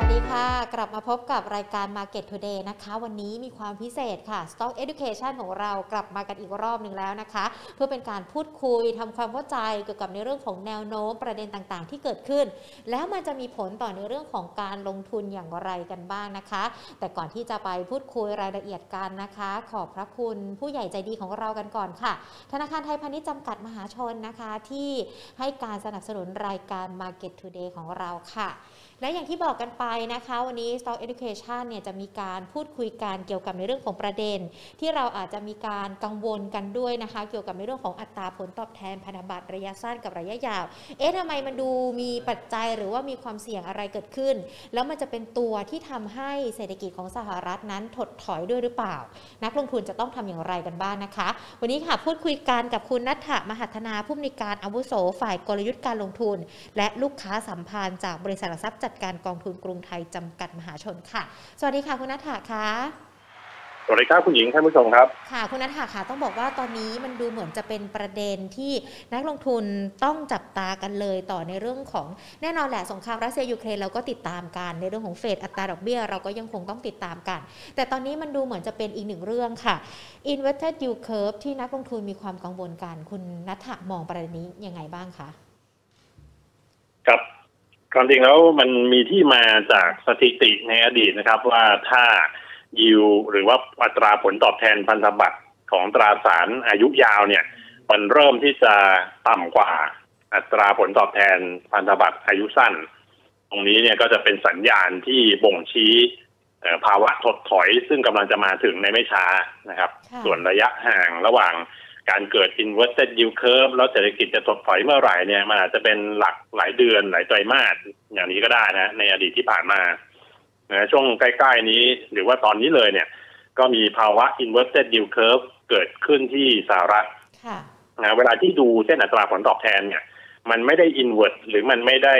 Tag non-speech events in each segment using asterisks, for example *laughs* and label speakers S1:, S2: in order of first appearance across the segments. S1: กลับมาพบกับรายการ Market Today นะคะ วันนี้มีความพิเศษค่ะ Stock Education ของเรากลับมากันอีกรอบหนึ่งแล้วนะคะ เพื่อเป็นการพูดคุยทำความเข้าใจเกี่ยวกับในเรื่องของแนวโน้มประเด็นต่างๆ ที่เกิดขึ้น แล้วมันจะมีผลต่อในเรื่องของการลงทุนอย่างไรกันบ้างนะคะ แต่ก่อนที่จะไปพูดคุยรายละเอียดกันนะคะ ขอบพระคุณผู้ใหญ่ใจดีของเรากันก่อนค่ะ ธนาคารไทยพาณิชย์จำกัดมหาชนนะคะ ที่ให้การสนับสนุนรายการ Market Today ของเราค่ะ และอย่างที่บอกกันไปนะคะ วันนี้ Stock Education เนี่ยจะมีการพูดคุยกันเกี่ยวกับในเรื่องของประเด็น ที่เราอาจจะมีการกังวลกันด้วยนะคะ เกี่ยวกับในเรื่องของอัตราผลตอบแทนพันธบัตรระยะสั้นกับระยะยาว เอ๊ะทำไมมันดูมีปัจจัยหรือว่ามีความเสี่ยงอะไรเกิดขึ้น แล้วมันจะเป็นตัวที่ทำให้เศรษฐกิจของสหรัฐนั้นถดถอยด้วยหรือเปล่า นักลงทุนจะต้องทำอย่างไรกันบ้างนะคะ วันนี้ค่ะพูดคุยกันกับคุณนัทธมหัฒนาผู้อำนวยการอาวุโสฝ่ายกลยุทธ์การลงทุน และลูกค้าสัมพันธ์จากบริษัทหลักทรัพย์จัดการกองทุนกรุงไทยจำกัดมหาชนค่ะ สวัสดีค่ะคุณนัทธะค่ะ
S2: สวัสดีครับคุณหญิงท่านผู้ชมครับ
S1: ค่ะ คุณนัทธะค่ะต้องบอกว่าตอนนี้มันดูเหมือนจะเป็นประเด็นที่นักลงทุนต้องจับตากันเลยต่อในเรื่องของแน่นอนแหละสงครามรัสเซียยูเครนเราก็ติดตามกันในเรื่องของเฟดอัตราดอกเบี้ย เราก็ยังคงต้องติดตามกัน แต่ตอนนี้มันดูเหมือนจะเป็นอีกหนึ่งเรื่องค่ะ inverted yield curve ที่นักลงทุนมีความกังวลกัน คุณนัทธะมองประเด็นนี้ยังไงบ้างคะ
S2: ครับความจริงแล้วมันมีที่มาจากสถิติในอดีตนะครับ ว่าถ้ายิวหรือว่าอัตราผลตอบแทนพันธบัตรของตราสารอายุยาวเนี่ย มันเริ่มที่จะต่ำกว่าอัตราผลตอบแทนพันธบัตรอายุสั้น ตรงนี้เนี่ยก็จะเป็นสัญญาณที่บ่งชี้เอ่อภาวะถดถอย ซึ่งกำลังจะมาถึงในไม่ช้านะครับ
S1: ค่ะ
S2: ส่วนระยะห่างระหว่างการเกิด inverted yield curve แล้วเศรษฐกิจจะถดถอยเมื่อไหร่เนี่ยมันอาจจะเป็นหลักหลายเดือนหลายไตรมาสอย่างนี้ก็ได้นะ ในอดีตที่ผ่านมานะช่วงใกล้ๆนี้หรือว่าตอนนี้เลยเนี่ย ก็มีภาวะ inverted yield curve เกิดขึ้นที่สหรัฐ
S1: ค่ะ
S2: นะเวลาที่ดูเส้นอัตราผลตอบแทนเนี่ยมันไม่ได้อินเวอร์หรือมันไม่ได้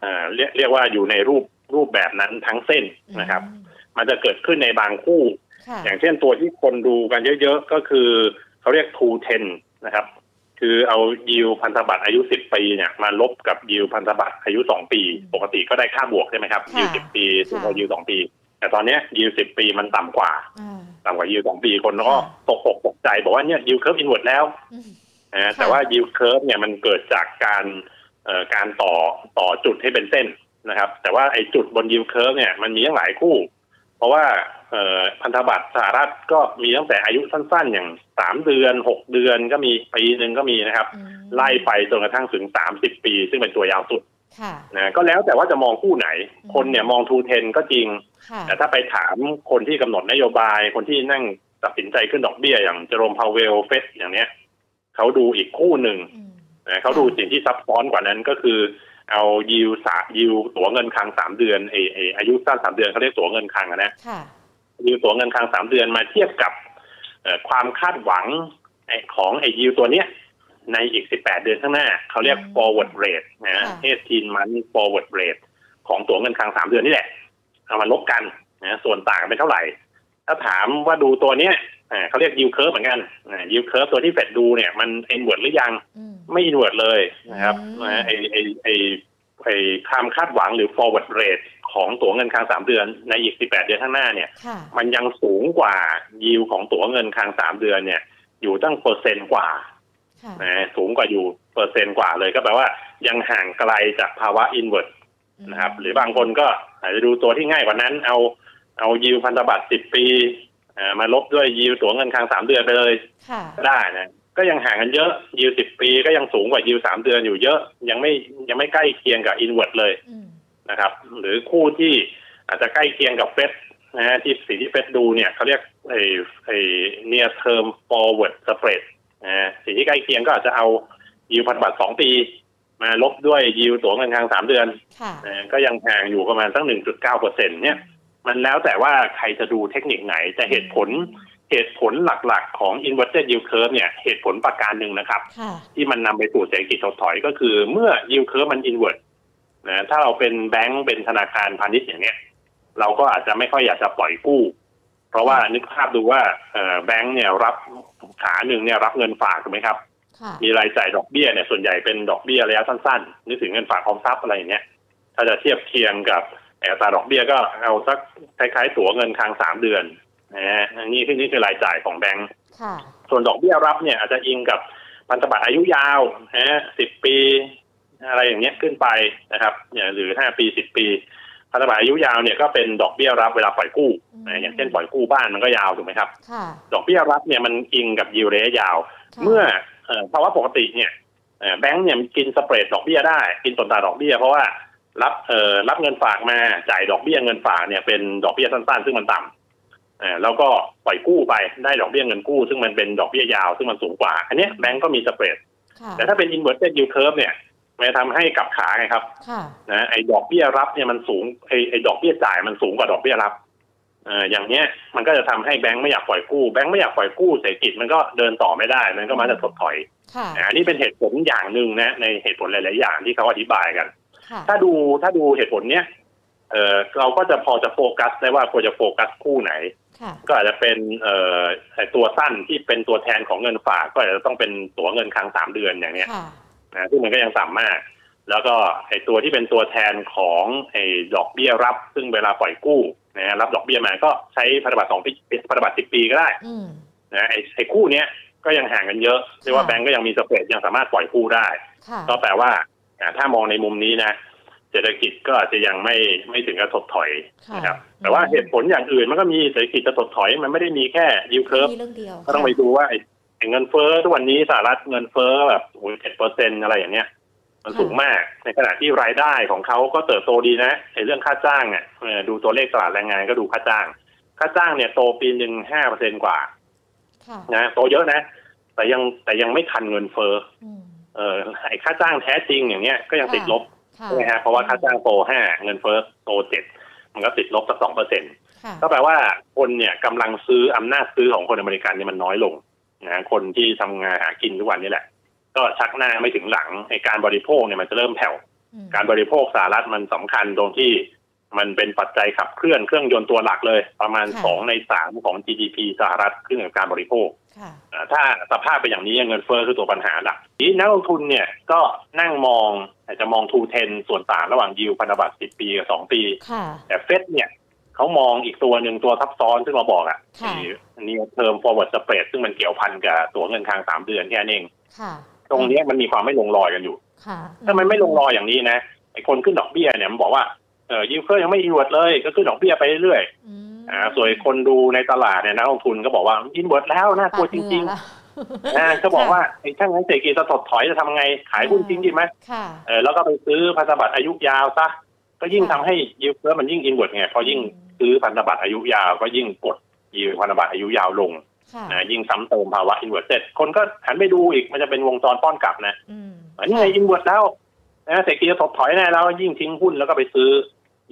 S2: เอ่อเรียกเรียกว่าอยู่ในรูปรูปแบบนั้นทั้งเส้นนะครับ
S1: อืม
S2: มันจะเกิดขึ้นในบางคู่
S1: ค่ะ
S2: อย่างเช่นตัวที่คนดูกันเยอะๆ ก็คือเขาเรียก two ten นะครับ คือเอายิวพันธบัตรอายุ 10 ปีเนี่ยมาลบกับยิวพันธบัตรอายุ 2 ปี ปกติก็ได้ค่าบวกใช่ไหมครับยิว10 ปีสูงกว่ายิว2ปี แต่ตอนเนี้ยยิว10 ปีมันต่ำกว่า
S1: อ่า
S2: ต่ำกว่ายิว2ปีคนก็ตกอกตกใจบอกว่าเนี่ยยิวเคิร์ฟอินเวอร์แล้ว
S1: อืม
S2: นะฮะแต่ว่า yield curve เนี่ยมันเกิดจากการเอ่อการต่อต่อจุดให้เป็นเส้นนะครับ แต่ว่าไอ้จุดบน yield curve เนี่ยมันมีทั้งหลายคู่ เพราะว่าเอ่อพันธบัตรสหรัฐก็มีตั้งแต่อายุสั้นๆ อย่างสามเดือนหกเดือนก็มีปีหนึ่งก็มีนะครับ
S1: อืม
S2: ไล่ไปจนกระทั่งถึงสามสิบปี ซึ่งเป็นตัวยาวสุด
S1: ค่ะ
S2: นะก็แล้วแต่ว่าจะมองคู่ไหน
S1: อืม
S2: คนเนี่ยมองทูเทนก็จริง
S1: ค่ะ
S2: แต่ถ้าไปถามคนที่กำหนดนโยบาย คนที่นั่งตัดสินใจขึ้นดอกเบี้ย อย่างเจอโรมพาวเวลเฟดอย่างเนี้ยเขาดูอีกคู่หนึ่ง
S1: อืม
S2: นะเขาดูสิ่งที่ซับซ้อนกว่านั้นก็คือเอายิวสายิวตั๋วเงินคลังสามเดือนเอเออายุสั้นสามเดือนเขาเรียกตั๋วเงินคลังอะนะ
S1: ค่ะ
S2: ยิวตั๋วเงินคลังสามเดือนมาเทียบกับเอ่อความคาดหวังไอ้ของไอ้ยิวตัวเนี้ยในอีกสิบแปดเดือนข้างหน้า เขาเรียก
S1: อืม
S2: forward rate นะ
S1: ค่ะ
S2: เอทีนมัน forward rate ของตั๋วเงินคลังสามเดือนนี่แหละ เอามาลบกันนะส่วนต่างเป็นเท่าไหร่ ถ้าถามว่าดูตัวเนี้ยอ่าเขาเรียกยิวเคิร์ฟเหมือนกันยิวเคิร์ฟตัวที่เฟดดูเนี่ยมันเอ็นเวิร์ดหรือยัง
S1: อืม
S2: ไม่อินเวิร์ดเลยนะครับ
S1: อืม
S2: นะฮะไอไอไอไอความคาดหวังหรือ forward rate ของตั๋วเงินคลังสามเดือนในอีก 18 เดือนข้างหน้าเนี่ย
S1: ค่ะ
S2: มันยังสูงกว่ายิวของตั๋วเงินคลังสามเดือนเนี่ย อยู่ตั้งเปอร์เซ็นต์กว่า
S1: ค่ะ
S2: นะสูงกว่าอยู่เปอร์เซ็นต์กว่าเลยก็แปลว่ายังห่างไกลจากภาวะอินเวิร์ดนะครับ หรือบางคนก็อาจจะดูตัวที่ง่ายกว่านั้น เอาเอายิวพันธบัตร 10 ปีเอ่อมาลบด้วยยิวตั๋วเงินคลังสามเดือนไปเลย
S1: ค่ะ
S2: ได้นะก็ยังห่างกันเยอะยิวสิบปีก็ยังสูงกว่ายิวสามเดือนอยู่เยอะยังไม่ยังไม่ใกล้เคียงกับอินเว t ร์เลย
S1: อืม
S2: นะครับ หรือคู่ที่อาจจะใกล้เคียงกับเฟดนะฮะที่สีที่เฟดดูเนี่ยเขาเรียกไอ้ไอ้ near term forward spread นะฮะสีที่ใกล้เคียงก็อาจจะเอายิวพันธบัตรสองปี มาลบด้วยยิวตัวเงินทางสามเดือน
S1: ค่ะ
S2: นะฮะก็ยังห่างอยู่ประมาณสักหนึ่งจุดเก้าเปอร์เซ็นเนี่ย มันแล้วแต่ว่าใครจะดูเทคนิคไหนแต่เหตุผล เหตุผลหลักๆ ของ inverted yield curve เนี่ย เหตุผลประการหนึ่งนะครับ
S1: ค่ะ
S2: ที่มันนำไปสู่เศรษฐกิจถดถอยก็คือเมื่อ yield curve มัน invert นะถ้าเราเป็นแบงก์เป็นธนาคารพาณิชย์อย่างเนี้ยเราก็อาจจะไม่ค่อยอยากจะปล่อยกู้ เพราะว่านึกภาพดูว่าเอ่อแบงก์เนี่ยรับขาหนึ่งเนี่ยรับเงินฝากถูกไหมครับ
S1: ค่ะ
S2: มีรายจ่ายดอกเบี้ยเนี่ยส่วนใหญ่เป็นดอกเบี้ยระยะสั้นๆ นึกถึงเงินฝากออมทรัพย์อะไรอย่างเงี้ยถ้าจะเทียบเคียงกับไอ อัตราดอกเบี้ยก็เอาสักคล้ายๆตั๋วเงินคลังสามเดือนนะฮะอันนี้ที่นี่คือรายจ่ายของแบงก์
S1: ค่ะ
S2: ส่วนดอกเบี้ยรับเนี่ยอาจจะอิงกับพันธบัตรอายุยาวนะฮะสิบปี อะไรอย่างเงี้ยขึ้นไปนะครับเนี่ยหรือห้าปีสิบปี พันธบัตรอายุยาวเนี่ยก็เป็นดอกเบี้ยรับเวลาปล่อยกู้นะอย่างเช่นปล่อยกู้บ้านมันก็ยาวถูกไหมครับ
S1: ค่ะ
S2: ดอกเบี้ยรับเนี่ยมันอิงกับยิวระยะยาว
S1: ค่ะ
S2: เมื่อเอ่อภาวะปกติเนี่ยเอ่อแบงก์เนี่ยกินสเปรดดอกเบี้ยได้ กินส่วนต่างดอกเบี้ยเพราะว่ารับเอ่อรับเงินฝากมาจ่ายดอกเบี้ยเงินฝากเนี่ยเป็นดอกเบี้ยสั้นๆ ซึ่งมันต่ำเอ่อแล้วก็ปล่อยกู้ไปได้ดอกเบี้ยเงินกู้ ซึ่งมันเป็นดอกเบี้ยยาวซึ่งมันสูงกว่า อันเนี้ยแบงก์ก็มีสเปรด
S1: ค่ะ
S2: แต่ถ้าเป็น inverted yield curve เนี่ยมันจะทำให้กลับขาไงครับ
S1: ค่ะ
S2: นะไอ้ดอกเบี้ยรับเนี่ยมันสูงไอ้ไอ้ดอกเบี้ยจ่ายมันสูงกว่าดอกเบี้ยรับเอ่ออย่างเนี้ยมันก็จะทำให้แบงก์ไม่อยากปล่อยกู้แบงก์ไม่อยากปล่อยกู้เศรษฐกิจมันก็เดินต่อไม่ได้มันก็มาจะถดถอย
S1: ค่ะ
S2: นะอันนี้เป็นเหตุผลอย่างหนึ่งนะในเหตุผลหลาย ๆ อย่างที่เขาอธิบายกัน
S1: ค่ะ
S2: ถ้าดูถ้าดูเหตุผลเนี้ยเออเราก็จะพอจะโฟกัสได้ว่าควรจะโฟกัสคู่ไหน
S1: ค่ะ
S2: ก็อาจจะเป็นเอ่อไอ้ตัวสั้นที่เป็นตัวแทนของเงินฝากก็อาจจะต้องเป็นตัวเงินคลังสามเดือนอย่างเนี้ย
S1: ค่ะ
S2: นะซึ่งมันก็ยังต่ำมาก แล้วก็ไอ้ตัวที่เป็นตัวแทนของไอ้ดอกเบี้ยรับ ซึ่งเวลาปล่อยกู้นะฮะรับดอกเบี้ยมาก็ใช้พันธบัตรสองปีพันธบัตรสิบปีก็ได้
S1: อืม
S2: นะไอ้ไอ้คู่เนี้ยก็ยังห่างกันเยอะเรียกว่าแบงก์ก็ยังมีสเปรดยังสามารถปล่อยกู้ได้
S1: ค่ะ
S2: ก็แปลว่าอ่าถ้ามองในมุมนี้นะ เศรษฐกิจก็อาจจะยังไม่ไม่ถึงกับถดถอย
S1: ค่ะ
S2: นะครับแต่ว่าเหตุผลอย่างอื่นมันก็มีเศรษฐกิจจะถดถอยมันไม่ได้มีแค่ยิวเคิร์ฟ
S1: มีเรื่องเดียว
S2: ก็ต้องไป
S1: ค่ะ
S2: ดูว่าไอ้ไอ้เงินเฟ้อทุกวันนี้สหรัฐเงินเฟ้อแบบโอ้ยเจ็ดเปอร์เซ็นอะไรอย่างเงี้ย มันสูงมากในขณะที่รายได้ของเขาก็เติบโตดีนะไอ้เรื่องค่าจ้างอ่ะเออดูตัวเลขตลาดแรงงานก็ดูค่าจ้าง ค่าจ้างเนี่ยโตปีหนึ่งห้าเปอร์เซ็นกว่า
S1: ค่ะ
S2: นะโตเยอะนะ แต่ยังแต่ยังไม่ทันเงินเฟ้อ
S1: อืม
S2: เออไอ้ค่าจ้างแท้จริงอย่างเงี้ยก็ยังติดลบ
S1: ค่
S2: ใช่ไหมฮะเพราะว่าค่าจ้างโตห้าเงินเฟ้อโตเจ็ดมันก็ติดลบสักสองเปอร์เซ็น
S1: ค่ะ
S2: ก็แปลว่าคนเนี่ยกำลังซื้ออำนาจซื้อของคนอเมริกันเนี่ยมันน้อยลงนะคนที่ทำงานหากินทุกวันนี่แหละ ก็ชักหน้าไม่ถึงหลังไอการบริโภคเนี่ยมันจะเริ่มแผ่ว
S1: อืม
S2: การบริโภคสหรัฐมันสำคัญตรงที่มันเป็นปัจจัยขับเคลื่อนเครื่องยนต์ตัวหลักเลย ประมาณ
S1: ค่ะ
S2: สองในสามของ GDP สหรัฐขึ้นกับการบริโภค
S1: ค่ะ
S2: อ่าถ้าสภาพเป็นอย่างนี้เงินเฟ้อคือตัวปัญหาหลักทีนี้นักลงทุนเนี่ยก็นั่งมองอาจจะมองทูเทนส่วนต่างระหว่างยิวพันธบัตร10 ปีกับ2ปี
S1: ค่ะ
S2: แต่เฟดเนี่ยเขามองอีกตัวหนึ่งตัวซับซ้อนซึ่งเราบอกอะ
S1: ค่ะ
S2: ่ะนี่เทอม forward spread ซึ่งมันเกี่ยวพันกับตัวเงินคลังสามเดือนแค่นั้นเอง
S1: ค่ะ
S2: ตรงเนี้ยมันมีความไม่ลงรอยกันอยู่
S1: ค่ะ
S2: ถ้ามันไม่ลงรอยอย่างนี้นะไอ้คนขึ้นดอกเบี้ยเนี่ยมันบอกว่าเออยิวเคอร์ยังไม่อินเวร์ดเลย ก็ขึ้นดอกเบี้ยไปเรื่อย
S1: อืม
S2: ๆอ่าส่วนคนดูในตลาดเนี่ยนักลงทุนก็บอกว่าอินเวร์ดแล้วน่ากลัวจริง
S1: ปา
S2: ๆ
S1: เหงื่
S2: อ่า
S1: อละ
S2: ก็บอกว่าไอ้ถ้างั้นเศรษฐกิจจะถดถอยจะทำไงขายหุ้นทิ้งดีไหม
S1: ค่ะ
S2: เออแล้วก็ไปซื้อพันธบัตรอายุยาวซะก็ยิ่งทำให้ยิวเคอร์มันยิ่งอินเวร์ดไงเพราะยิ่ง ซื้อพันธบัตรอายุยาวก็ยิ่งกดยีพันธบัตรอายุยาวลง
S1: ค่ะ
S2: นะยิ่งซ้ำเติมภาวะอินเวอร์เ็คนก็หันไปดูอีกมันจะเป็นวงจรป้อนกลับนะ
S1: อืม
S2: อันนี้ไงอินเวอร์แล้วนะเศรษฐกิจจะถดถอยแน่แล้วยิ่งทิ้งหุ้นแล้วก็ไปซื้อ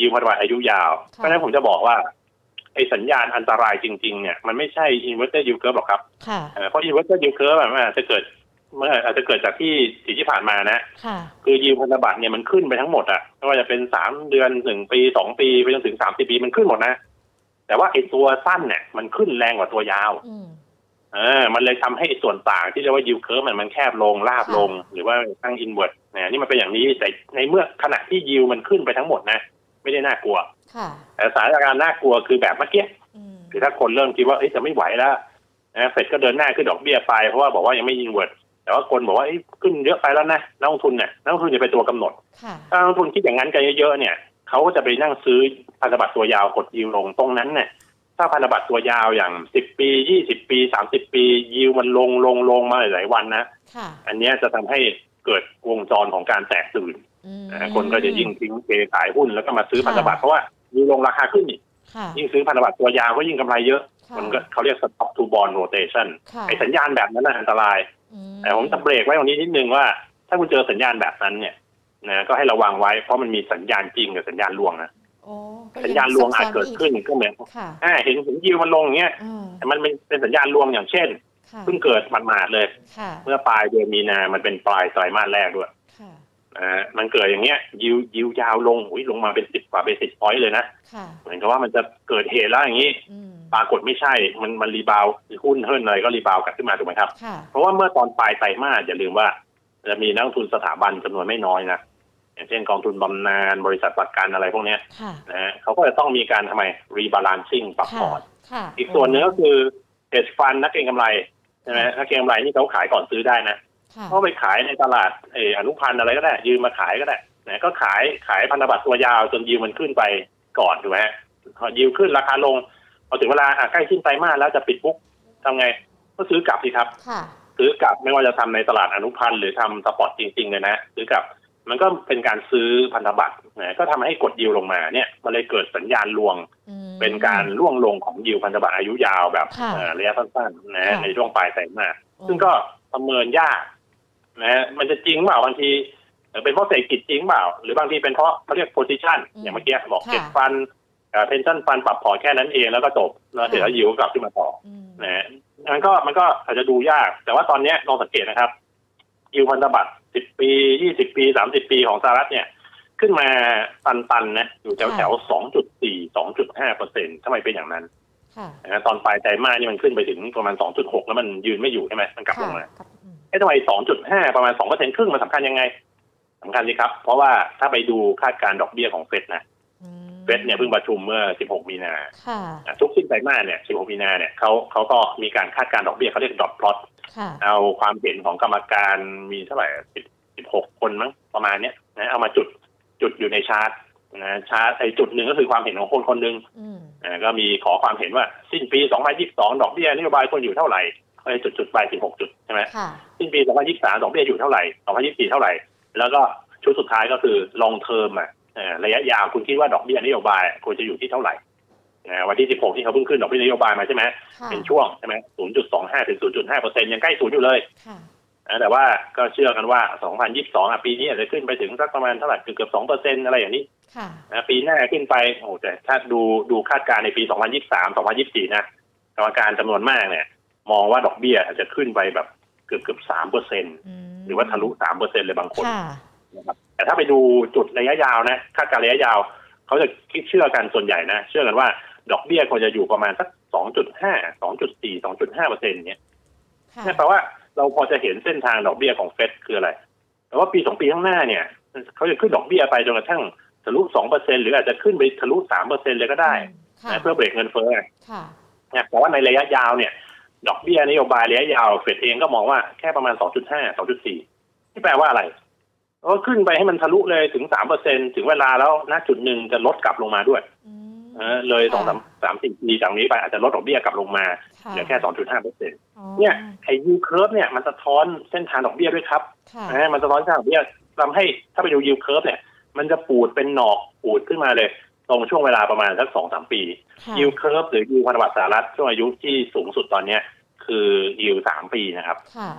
S2: ยีพันธบัตรอายุยาวเพราะฉะนั้นผมจะบอกว่าไอ้สัญญาณอันตรายจริง ๆ เนี่ยมันไม่ใช่อินเวอร์เตอร์ยูเคิร์หรอกครับ
S1: ค่ะ
S2: เอ่อเพราะอินเวอร์เตอร์ยูเคิร์มันอาจจะเกิดเมื่ออาจจะเกิดจากที่สิ่งที่ผ่านมานะ
S1: ค่ะ
S2: คือยีพันธบัตรเนี่ยมันขึ้นไปทั้งหมดอะไม่ว่าจะเป็นสามเดือนหนึ่งปีสองปีไปจนถึงสามสิบปีมันขึ้นหมดนะ แต่ว่าไอ้ตัวสั้นเนี่ยมันขึ้นแรงกว่าตัวยาว
S1: อืม
S2: เออ มันเลยทำให้ไอ้ส่วนต่างที่เรียกว่ายิวเคิร์มันมันแคบลงลาบลง หรือว่าตั้งอินเวอร์ดนะนี่มันเป็นอย่างนี้แต่ในเมื่อขณะที่ยิวมันขึ้นไปทั้งหมดนะ ไม่ได้น่ากลัว
S1: ค่ะ
S2: แต่สถานการณ์น่ากลัวคือแบบเมื่อกี้
S1: อืม
S2: คือถ้าคนเริ่มคิดว่าเอ้ยจะไม่ไหวแล้วนะเฟดก็เดินหน้าขึ้นดอกเบี้ยไปเพราะว่าบอกว่ายังไม่อินเวอร์ดแต่ว่าคนบอกว่าเอ้ยขึ้นเยอะไปแล้วนะนักลงทุนเนี่ยนักลงทุนจะเป็นตัวกำหนด
S1: ค่ะ
S2: ถ้านักลงทุนคิดอย่างนั้นกันเยอะๆเนี่ยเขาก็จะไปนั่งซื้อพันธบัตรตัวยาวกดยิวลงตรงนั้นเนี่ยถ้าพันธบัตรตัวยาวอย่างสิบปียี่สิบปีสามสิบปียิวมันลงลงลงมาหลายๆวันนะ
S1: ค่ะ
S2: อันเนี้ยจะทำให้เกิดวงจรของการแตกตื่น
S1: อืม
S2: นะคนก็จะยิ่งทิ้งเทขายหุ้นแล้วก็มาซื้อ
S1: ค่ะ
S2: พันธบัตรเพราะว่ายิวลงราคาขึ้นนี่
S1: ค่ะ
S2: ยิ่งซื้อพันธบัตรตัวยาวก็ยิ่งกำไรเยอะ
S1: ค่ะ
S2: มันก็เขาเรียก stop to bond rotation
S1: ค่ะ
S2: ไอ้สัญญาณแบบนั้นนะอันตราย
S1: อื
S2: แต่ผมจะเบรกไว้ตรงนี้นิดนึงว่า ถ้าคุณเจอสัญญาณแบบนั้นเนี่ยนะก็ให้ระวังไว้เพราะมันมีสัญญาณจริงกับสัญญาณลวงนะ
S1: โอ้ก็
S2: สัญญาณลวงอาจ
S1: ซับซ้
S2: เกิดขึ้นก็เหมือน
S1: ค่ะ
S2: อ่าเห็นเห็นยิวมันลงอย่างเงี้ย
S1: อ่า
S2: แต่มันเป็นเป็นสัญญาณลวงอย่างเช่น
S1: ค่ะ
S2: เพิ่งเกิดหมาดๆเลย
S1: ค่ะ
S2: เมื่อปลายเดือนมีนามันเป็นปลายไตรมาสแรกด้วย
S1: ค่ะ
S2: อ่ามันเกิดอย่างเงี้ยยิวยิวยาวลงอุ้ยลงมาเป็นสิบกว่าเบสิสพอยต์เลยนะ
S1: ค่ะ
S2: เหมือนกับว่ามันจะเกิดเหตุแล้วอย่างนี้
S1: อืม
S2: ปรากฏไม่ใช่มันมันรีบาวด์หุ้นเฮิร์นอะไรก็รีบาวด์กลับขึ้นมาถูกไหมครับ
S1: ค่ะ
S2: เพราะว่าเมื่อตอนปลายไตรมาสอย่าลืมว่า จะมีนักลงทุนสถาบันจำนวนไม่น้อยนะ อย่างเช่นกองทุนบำนาญบริษัทประกันอะไรพวกเนี้ย
S1: ค่ะ
S2: นะฮะเขาก็จะต้องมีการทำไมรีบาลานซิ่งปรับพ
S1: ค่ะ
S2: อร์ต
S1: ค่ะ
S2: อีกส่วนหนึงก็คือเฮดฟันนักเก็งกำไรใช่ไหมนักเก็งกำไรนี่เขาขายก่อนซื้อได้นะ
S1: ค่ะ
S2: เขาไปขายในตลาดเอออนุพันธ์อะไรก็ได้ ยืมมาขายก็ได้นะก็ขายขายพันธบัตรตัวยาวจนยิวมันขึ้นไปก่อนถูกไหมฮะพอยิวขึ้นราคาลงพอถึงเวลาอ่ะใกล้สิ้นไตรมาสแล้วจะปิดบุ๊กทำไงก็ซื้อกลับสิครับ
S1: ค่ะ
S2: ซื้อกลับไม่ว่าจะทำในตลาดอนุพันธ์หรือทำสปอร์ตจริงๆเลยนะซื้อกลับมันก็เป็นการซื้อพันธบัตรนะก็ทำให้กดยิวลงมาเนี่ยมันเลยเกิดสัญญาณลวง
S1: อืม
S2: เป็นการล่วงลงของยิวพันธบัตรอายุยาวแบบ
S1: ค่ะ
S2: เอ่อระยะสั้นๆนะฮะ
S1: ค่ะ
S2: ในช่วงปลายไตรมาสซึ่งก็ประเมินยากนะฮะมันจะจริงเปล่าบางทีเอ่อเป็นเพราะเศรษฐกิจจริงเปล่า หรือบางทีเป็นเพราะเขาเรียก position
S1: อืม
S2: อย่างเมื่อกี้บอก
S1: ค่ะ
S2: เก็บฟันเพนชั่นฟันปรับพอร์ตแค่นั้นเองแล้วก็จบแล้วเสร็จ
S1: ค่ะ
S2: แล้วยิวก็กลับขึ้นมาต่อ
S1: อืม
S2: นะฮะมันก็มันก็อาจจะดูยาก แต่ว่าตอนเนี้ยลองสังเกตนะครับยิวพันธบัตรสิบปียี่สิบปีสามสิบปีของสหรัฐเนี่ย ขึ้นมาตันๆนะอยู่แถวๆสองจุดสี่สองจุดห้าเปอร์เซ็นต์ทำไมเป็นอย่างนั้น
S1: ค่ะ
S2: นะตอนปลายไตรมาสนี่มันขึ้นไปถึงประมาณ 2.6 แล้วมันยืนไม่อยู่ใช่ไหมมันกลับลงมา
S1: ค่ะอืม
S2: ไอ้ทำไม2.5 ประมาณ 2%ครึ่งมันสำคัญยังไงสำคัญสิครับ เพราะว่าถ้าไปดูคาดการณ์ดอกเบี้ยของเฟดนะ
S1: อืม
S2: เฟดเนี่ยเพิ่งประชุมเมื่อ 16 มีนา
S1: ค่ะ
S2: อ่ะทุกสิ้นไตรมาสเนี่ย 16 มีนาเนี่ยเขาเขาก็มีการคาดการณ์ดอกเบี้ยเขาเรียกดอทพลอต
S1: ค่ะ
S2: เอาความเห็นของกรรมการมีเท่าไหร่10 16 คนมั้งประมาณเนี้ยนะเอามาจุดจุดอยู่ในชาร์ตนะชาร์ตไอ้จุดหนึ่งก็คือความเห็นของคนคนหนึ่ง
S1: อืม
S2: เอ่อก็มีขอความเห็นว่าสิ้นปี 2022 ดอกเบี้ยนโยบายควรอยู่เท่าไหร่เอ้ยจุดจุดไป16 จุดใช่ไหม
S1: ค่ะ
S2: สิ้นปี 2023 ดอกเบี้ยอยู่เท่าไหร่ 2024 เท่าไหร่ แล้วก็ชุดสุดท้ายก็คือ long term อ่ะเอ่อระยะยาวคุณคิดว่าดอกเบี้ยนโยบายควรจะอยู่ที่เท่าไหร่นะวันที่ 16 ที่เขาเพิ่งขึ้นดอกเบี้ยนโยบายมาใช่ไหม
S1: ค่ะ
S2: เป็นช่วงใช่ไหม0.25ถึง0.5เปอร์เซ็นต์ยังใกล้ศูนย์อยู่เลย
S1: ค่ะ
S2: นะแต่ว่าก็เชื่อกันว่า 2022อ่ะปีนี้อาจจะขึ้นไปถึงสักประมาณเท่าไหร่เกือบๆ2เปอร์เซ็นต์อะไรอย่างนี้
S1: ค่ะ
S2: นะปีหน้าขึ้นไปโอ้โหแต่ถ้าดูดูคาดการณ์ในปี 2023 2024 นะกรรมการจำนวนมากเนี่ย มองว่าดอกเบี้ยอาจจะขึ้นไปแบบเกือบเกือบสามเปอร์เซ็น
S1: ม
S2: หรือว่าทะลุสามเปอร์เซ็นเลยบางคน
S1: ค่ะ
S2: นะครับแต่ถ้าไปดูจุดระยะยาวนะ คาดการณ์ระยะยาว เขาจะคิดเชื่อกันส่วนใหญ่นะ เชื่อกันว่าดอกเบี้ยควรจะอยู่ประมาณสัก 2.5 2.4 2.5เปอร์เซ็นต์เนี่ย
S1: ค่ะ
S2: นั่นแปลว่าเราพอจะเห็นเส้นทางดอกเบี้ยของเฟดคืออะไรแปลว่าปีสองปีข้างหน้าเนี่ยเขาจะขึ้นดอกเบี้ยไปจนกระทั่งทะลุ2เปอร์เซ็นหรืออาจจะขึ้นไปทะลุ3เปอร์เซ็นเลยก็ได้
S1: ค่ะ
S2: นะเพื่อเบรกเงินเฟ้อไง
S1: ค่ะ
S2: นะแต่ว่าในระยะยาวเนี่ย ดอกเบี้ยนโยบายระยะยาวเฟดเองก็มองว่าแค่ประมาณ 2.5 2.4 ที่แปลว่าอะไรก็ขึ้นไปให้มันทะลุเลยถึง 3%ถึงเวลาแล้วณจุดหนึ่งจะลดกลับลงมาด้วย
S1: อืม
S2: เออเลยสองสาม
S1: ค่ะ
S2: สามสิบปีจากนี้ไปอาจจะลดดอกเบี้ยกลับลงมาเหลือแค่ 2.5%
S1: อ๋อ
S2: เนี่ยไอ้ยูเคิร์ฟเนี่ยมันสะท้อนเส้นทางดอกเบี้ยด้วยครับ
S1: ค่ะ
S2: นะมันสะท้อนเส้นทางดอกเบี้ยทำให้ถ้าไปดูยูเคิร์ฟเนี่ย มันจะปูดเป็นหนอกปูดขึ้นมาเลยตรงช่วงเวลาประมาณสักสองสามปี
S1: ค่ะ
S2: ยิวเคิร์ฟหรือยิวพันธบัตรสหรัฐช่วงอายุที่สูงสุดตอนเนี้ยคือยิวสามปีนะครับ
S1: ค่ะ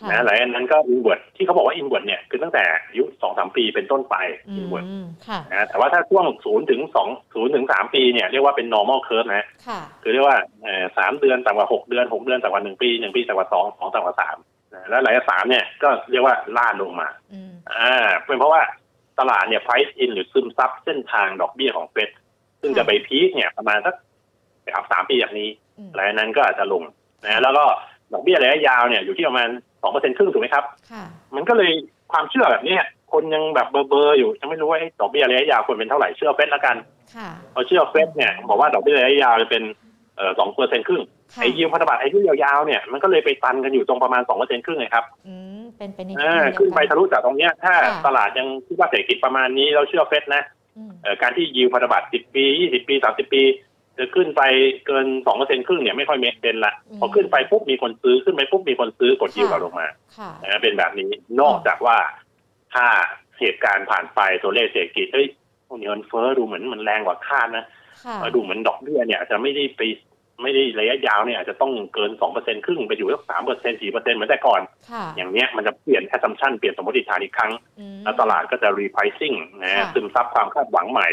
S1: ค่ะ
S2: นะหลังจากนั้นก็อินเวิร์ดที่เขาบอกว่าอินเวิร์ดเนี่ยคือตั้งแต่อายุสองสามปีเป็นต้นไป
S1: อื
S2: อินเวิร์ด
S1: มค่ะ
S2: นะแต่ว่าถ้าช่วงศูนย์ถึงสองศูนย์ถึงสามปีเนี่ยเรียกว่าเป็น normal curve นะ
S1: ค่ะ
S2: คือเรียกว่าเอ่อสามเดือนต่ำกว่าหกเดือนหกเดือนต่ำกว่าหนึ่งปีหนึ่งปีต่ำกว่าสองสองต่ำกว่าสามนะแล้วหลังจากสามเนี่ยก็เรียกว่าล่าลงมา
S1: อืม
S2: อ่าเป็นเพราะว่าตลาดเนี่ย price in หรือซึมซับเส้นทางดอกเบี้ยของเฟดซึ่งจะไปพีคเนี่ยประมาณสักสามปีจากนี้
S1: อืม
S2: หลังจากนั้นก็อาจจะลงนะแล้วก็ดอกเบี้ยระยะยาวเนี่ยอยู่ที่ประมาณสองเปอร์เซ็นครึ่งถูกไหมครับ
S1: ค่ะ
S2: มันก็เลยความเชื่อแบบเนี้ยคนยังแบบเบอร์เบอร์อยู่ยังไม่รู้ว่าเอ๊ะดอกเบี้ยระยะยาวควรเป็นเท่าไหร่เชื่อเฟดละกัน
S1: ค่ะ
S2: พอเชื่อเฟดเนี่ยบอกว่าดอกเบี้ยระยะยาวจะเป็นเอ่อสองเปอร์เซ็นครึ่ง
S1: ค่ะ
S2: ไอ้ยิวพันธบัตรไอ้ที่ยาวๆเนี่ยมันก็เลยไปตันกันอยู่ตรงประมาณสองเปอร์เซ็นครึ่งเลยครับ
S1: อืมเป็นไปใน
S2: อ่า
S1: ทางเดียวกั
S2: ขึ้นไปทะลุจากตรงเนี้ยถ้า
S1: ค่ะ
S2: ตลาดยังคิดว่าเศรษฐกิจประมาณนี้เราเชื่อเฟดนะ
S1: อืม
S2: เอ่อการที่ยิวพันธบัตร 10 ปี 20 ปี 30 ปี จะขึ้นไปเกิน 2%ครึ่งเนี่ยไม่ค่อยเมคเซนละ พอขึ้นไปปุ๊บมีคนซื้อขึ้นไปปุ๊บมีคนซื้อกดยิวกลับลงมา
S1: ค่ะ
S2: นะเป็นแบบนี้ นอกจากว่าถ้าเหตุการณ์ผ่านไปตัวเลขเศรษฐกิจเอ้ยพวกนี้มันเฟ้อดูเหมือนมันแรงกว่าคาดนะ
S1: ค่ะ
S2: ดูเหมือนดอกเบี้ยเนี่ยอาจจะไม่ได้ไปไม่ได้ระยะยาวเนี่ยอาจจะต้องเกิน 2%ครึ่งไปอยู่สัก3% 4%เหมือนแต่ก่อน
S1: ค่ะ
S2: อย่างเนี้ยมันจะเปลี่ยนแอสซัมชันเปลี่ยนสมมติฐานอีกครั้ง
S1: อืม
S2: แล้วตลาดก็จะ repricing นะ
S1: ค่ะ
S2: ซึมซับความคาดหวังใหม่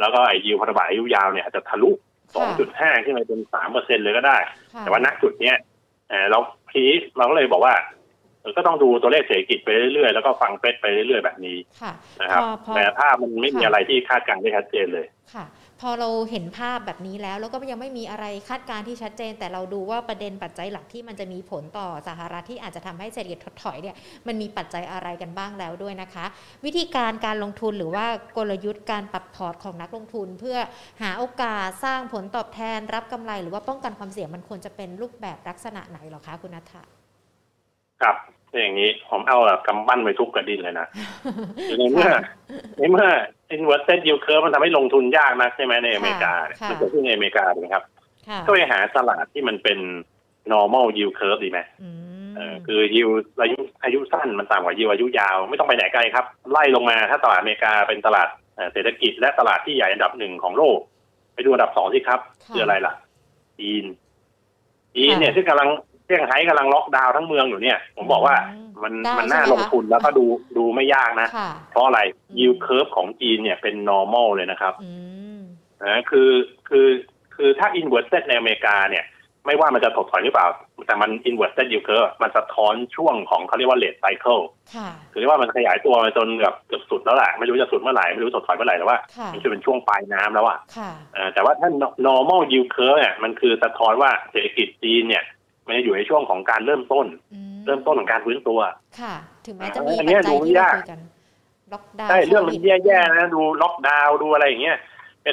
S2: แล้วก็ไอ้ยิวพันธบัตรอายุยาวเนี่ยอาจจะทะลุ
S1: ค่ะ
S2: 2.5 ขึ้นไปเป็น 3%เลยก็ได้
S1: ค่ะ
S2: แต่ว่าณจุดเนี้ยเอ่อเราทีนี้เราก็เลยบอกว่าเออก็ต้องดูตัวเลขเศรษฐกิจไปเรื่อยๆ แล้วก็ฟังเฟดไปเรื่อยๆ แบบนี้
S1: ค่ะ
S2: นะครับ
S1: พอพอ
S2: แต่ภาพมันไม่มี
S1: ค่ะ
S2: อะไรที่คาดการณ์ได้ชัดเจนเลย
S1: ค่ะ พอเราเห็นภาพแบบนี้แล้ว แล้วก็ยังไม่มีอะไรคาดการณ์ที่ชัดเจน แต่เราดูว่าประเด็นปัจจัยหลักที่มันจะมีผลต่อสหรัฐที่อาจจะทำให้เศรษฐกิจถดถอยเนี่ยมันมีปัจจัยอะไรกันบ้างแล้วด้วยนะคะ วิธีการการลงทุนหรือว่ากลยุทธ์การปรับพอร์ตของนักลงทุน เพื่อหาโอกาสสร้างผลตอบแทน รับกำไร หรือว่าป้องกันความเสี่ยงมันควรจะเป็นรูปแบบลักษณะไหนเหรอคะคุณนัทธะ
S2: ครับอย่างนี้ผมเอาแบบกำปั้นไปทุบกระดิน
S1: *laughs*
S2: เลยนะ ในเมื่อในเมื่อ inverted yield curve มันทำให้ลงทุนยากนักใช่ไหมในอเมริกาเนี่ย
S1: ค่ะ
S2: มันเกิดขึ้นในอเมริกาถูกไหมครับ
S1: ค่ะ
S2: ก็ไปหาตลาดที่มันเป็น normal yield curve ดีไหม
S1: อืม
S2: เออคือ yield อายุอายุสั้นมันต่ำกว่า yield อายุยาว ไม่ต้องไปไหนไกลครับ ไล่ลงมาถ้าตลาดอเมริกาเป็นตลาดเอ่อเศรษฐกิจและตลาดที่ใหญ่อันดับหนึ่งของโลก ไปดูอันดับสองสิครับ
S1: ค่ะ
S2: คืออะไรล่ะจีนจีน
S1: ค่ะ
S2: เนี่ยที่กำลังเซี่ยงไฮ้กำลังล็อกดาวน์ทั้งเมืองอยู่เนี่ย ผมบอกว่า
S1: อืม
S2: มัน
S1: ได้
S2: มันน่า
S1: ใช่ไหม
S2: ลง
S1: คะ
S2: ทุนแล้วก็ดูดูไม่ยากนะ
S1: ค่ะ
S2: เพราะอะไร
S1: อืม
S2: yield curve ของจีนเนี่ยเป็น normal เลยนะครับ
S1: อืม
S2: นะคือคือคือถ้า inverted ในอเมริกาเนี่ย ไม่ว่ามันจะถดถอยหรือเปล่า แต่มัน inverted yield curve มันสะท้อนช่วงของเขาเรียกว่า late cycle
S1: ค่ะ
S2: คือเรียกว่ามันขยายตัวมาจนแบบเกือบสุดแล้วแหละไม่รู้จะสุดเมื่อไหร่ ไม่รู้ถดถอยเมื่อไหร่แต่ว่า
S1: ค่ะ
S2: มันจะเป็นช่วงปลายน้ำแล้วอะ
S1: ค่ะ
S2: เอ่อแต่ว่าถ้า normal yield curve เนี่ยมันคือสะท้อนว่าเศรษฐกิจจีนเนี่ยมันจะอยู่ในช่วงของการเริ่มต้น
S1: อื
S2: เริ่มต้นของการฟื้นตัว
S1: ค่ะ ถึงแม้
S2: อ่า
S1: จะมี
S2: อั
S1: ปัจ
S2: นเนี้ย
S1: จัย
S2: ดู
S1: ที่เรา
S2: ยาก
S1: คุยกันล็อกดาวน์
S2: ใช่เรื่องมันแย่
S1: ๆ
S2: ๆนะดูล็อกดาวน์ดูอะไรอย่างเงี้ย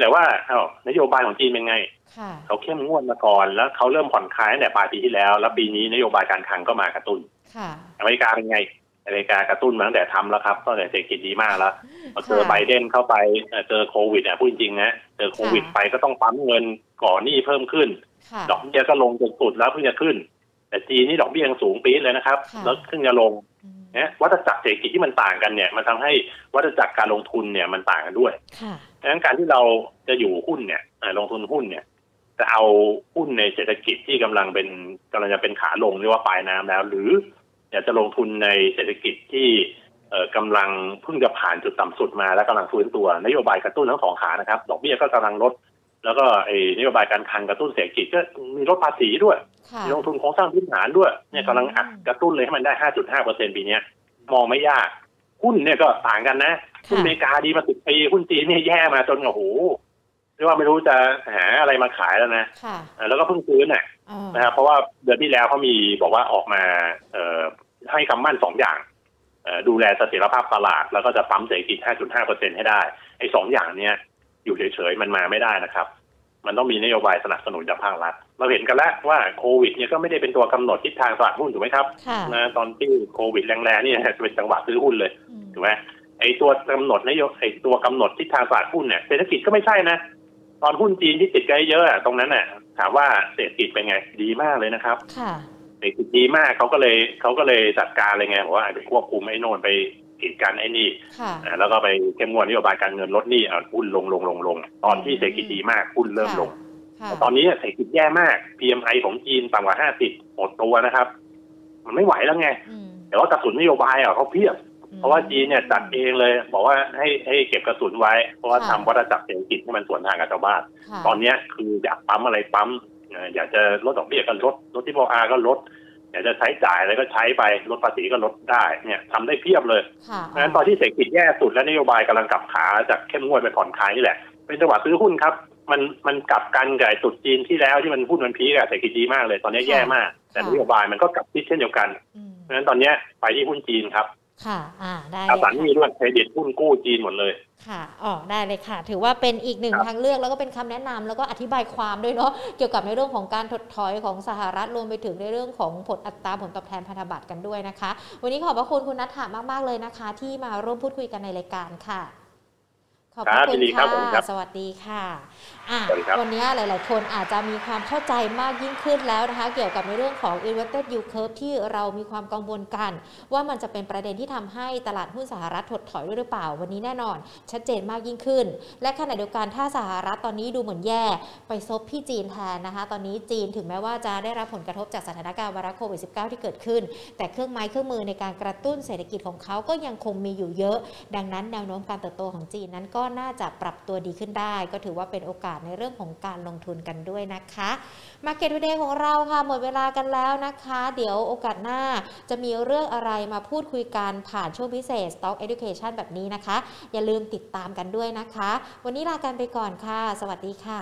S2: แต่ว่าเอ้านโยบายของจีนเป็นไง
S1: ค่ะ
S2: เขาเข้มงวดมาก่อน แล้วเขาเริ่มผ่อนคลายตั้งแต่ปลายปีที่แล้ว แล้วปีนี้นโยบายการคลังก็มากระตุ้น
S1: ค่ะ
S2: อเมริกาเป็นไง อเมริกากระตุ้นมาตั้งแต่ทำแล้วครับตั้งแต่เศรษฐกิจดีมากแล้วพอเจอ
S1: ค่ะ
S2: ไบเดนเข้าไปเอ่อเจอโควิดอ่ะพูดจริงๆนะเจอโควิด
S1: ค่ะ
S2: ไปก็ต้องปั๊มเงินก่อนหนี้เพิ่มขึ้น
S1: ค่ะ
S2: ดอกเบี้ยก็ลงจนสุดแล้วเพิ่งจะขึ้น แต่จีนนี่ดอกเบี้ยยังสูงปี๊ดเลยนะครับ
S1: ค่ะ
S2: แล้วเพิ่งจะลง
S1: อืม
S2: นะวัฏจักรเศรษฐกิจที่มันต่างกันเนี่ยมันทำให้วัฏจักรการลงทุนเนี่ยมันต่างกันด้วย
S1: ค่ะ
S2: ดังนั้นการที่เราจะอยู่หุ้นเนี่ยเอ่อลงทุนหุ้นเนี่ย จะเอาหุ้นในเศรษฐกิจที่กำลังเป็นกำลังจะเป็นขาลงเรียกว่าปลายน้ำแล้ว หรืออยากจะลงทุนในเศรษฐกิจที่เอ่อกำลังเพิ่งจะผ่านจุดต่ำสุดมาและกำลังฟื้นตัวนโยบายกระตุ้นทั้งสองขานะครับดอกเบี้ยก็กำลังลด แล้วก็ไอ้นโยบายการคลังกระตุ้นเศรษฐกิจก็มีลดภาษีด้วย
S1: ค่ะ
S2: ลงทุนโครงสร้างพื้นฐานด้วยเนี่ยกำลังอัดกระตุ้นเลยให้มันได้ 5.5เปอร์เซ็นปีเนี้ยมองไม่ยาก หุ้นเนี่ยก็ต่างกันนะ หุ้นอเมริกาดีมาสิบปี หุ้นจีนเนี่ยแย่มาจนโอ้โหเรียกว่าไม่รู้จะหาอะไรมาขายแล้วนะ
S1: ค่ะ
S2: เออแล้วก็เพิ่งซื้อน่ะ
S1: อ๋อ
S2: นะครับเพราะว่าเดือนที่แล้วเขามีบอกว่าออกมาเอ่อให้คำมั่นสองอย่างเอ่อดูแลเสถียรภาพตลาด แล้วก็จะปั๊มเศรษฐกิจ 5.5เปอร์เซ็นให้ได้ไอ้สองอย่างเนี้ยอยู่เฉยๆมันมาไม่ได้นะครับ มันต้องมีนโยบายสนับสนุนจากภาครัฐเราเห็นกันแล้วว่าโควิดเนี่ยก็ไม่ได้เป็นตัวกำหนดทิศทางตลาดหุ้นถูกไหมครับ
S1: ค่ะ
S2: นะตอนที่โควิดแรงๆเนี่ย *laughs* จะเป็นจังหวะซื้อหุ้นเลย
S1: อืม
S2: ถูกไหมไอ้ตัวกำหนดนโยไอ้ตัวกำหนดทิศทางตลาดหุ้นเนี่ยเศรษฐกิจก็ไม่ใช่นะ ตอนหุ้นจีนที่ติดกันเยอะอะตรงนั้นน่ะถามว่าเศรษฐกิจเป็นไงดีมากเลยนะครับ
S1: ค่ะ
S2: เศรษฐกิจดีมากเขาก็เลยเขาก็เลยจัดการเลยไงบอกว่าไปควบคุมไอ้โน่นไปกีดกันไอ้นี่
S1: ค่ะ
S2: อ่าแล้วก็ไปเข้มงวดนโยบายการเงินลดหนี้อ่ะหุ้นลงลงลงลง ตอนที่เศรษฐกิจดีมากหุ้นเริ่มลง
S1: ค่ะ
S2: แต่ตอนนี้เศรษฐกิจแย่มาก PMI ของจีนต่ำกว่า 50หมดตัวนะครับ มันไม่ไหวแล้วไง
S1: อืม
S2: แต่ว่ากระสุนนโยบายอ่ะเขาเพียบ เพราะว่าจีนเนี่ยจัดเองเลย บอกว่าให้ให้เก็บกระสุนไว้ เพราะว่าทำวัฏจักรเศรษฐกิจให้มันสวนทางกับชาวบ้าน
S1: ค่ะ
S2: ตอนเนี้ยคืออยากปั๊มอะไรปั๊มเอ่ออยากจะลดดอกเบี้ยก็ลดลดที่พออาก็ลด อยากจะใช้จ่ายอะไรก็ใช้ไปลดภาษีก็ลดได้เนี่ยทำได้เพียบเลย
S1: ค่ะ
S2: เพราะฉะนั้นตอนที่เศรษฐกิจแย่สุดและนโยบายกำลังกลับขาจากเข้มงวดไปผ่อนคลายนี่แหละ เป็นจังหวะซื้อหุ้นครับ มันมันกลับกันกับไอ้ตรุดจีนที่แล้วที่มันหุ้นมันพีกอะเศรษฐกิจดีมากเลยตอนนี้แย่มาก แต่นโยบายมันก็กลับทิศเช่นเดียวกัน
S1: อืม
S2: เพราะฉะนั้นตอนเนี้ยไปที่หุ้นจีนครับ
S1: ค่ะ อ่า ได้
S2: อาสัน
S1: เลยค่ะ
S2: มีด้วยเครดิตหุ้นกู้จีนหมดเลย
S1: ค่ะอ๋อได้เลยค่ะ ถือว่าเป็นอีกหนึ่ง
S2: ครับ
S1: ทางเลือกแล้วก็เป็นคำแนะนำแล้วก็อธิบายความด้วยเนาะ เกี่ยวกับในเรื่องของการถดถอยของสหรัฐรวมไปถึงในเรื่องของผลอัตราผลตอบแทนพันธบัตรกันด้วยนะคะ วันนี้ขอบพระคุณคุณนัทถามาก ๆ เลยนะคะ ที่มาร่วมพูดคุยกันในรายการค่ะ ขอบพ
S2: ครั
S1: ระ
S2: บ
S1: คุ
S2: ยิ
S1: ณ
S2: นดีครับผมครั
S1: ค่ะ
S2: บ
S1: สวัสดีค่ะอ่ะ
S2: สวัสดีครับ
S1: วันนี้หลาย ๆ คนอาจจะมีความเข้าใจมากยิ่งขึ้นแล้วนะคะ เกี่ยวกับในเรื่องของ inverted yield curve ที่เรามีความกังวลกัน ว่ามันจะเป็นประเด็นที่ทำให้ตลาดหุ้นสหรัฐถดถอยด้วยหรือเปล่า วันนี้แน่นอน ชัดเจนมากยิ่งขึ้น และขณะเดียวกันถ้าสหรัฐตอนนี้ดูเหมือนแย่ ไปซบพี่จีนแทนนะคะ ตอนนี้จีนถึงแม้ว่าจะได้รับผลกระทบจากสถานการณ์ไวรัสโควิด -19 ที่เกิดขึ้น แต่เครื่องไม้เครื่องมือในการกระตุ้นเศรษฐกิจของเขาก็ยังคงมีอยู่เยอะ ดังนั้นแนวโน้มการเติบโตของจีนนั้นก็ น่าจะปรับตัวดีขึ้นได้ ก็ถือว่าเป็นโอกาสในเรื่องของการลงทุนกันด้วยนะคะ Market Today ของเราค่ะหมดเวลากันแล้วนะคะ เดี๋ยวโอกาสหน้าจะมีเรื่องอะไรมาพูดคุยกันผ่านช่วงพิเศษ Stock Education แบบนี้นะคะ อย่าลืมติดตามกันด้วยนะคะ วันนี้ลากันไปก่อนค่ะ สวัสดีค่ะ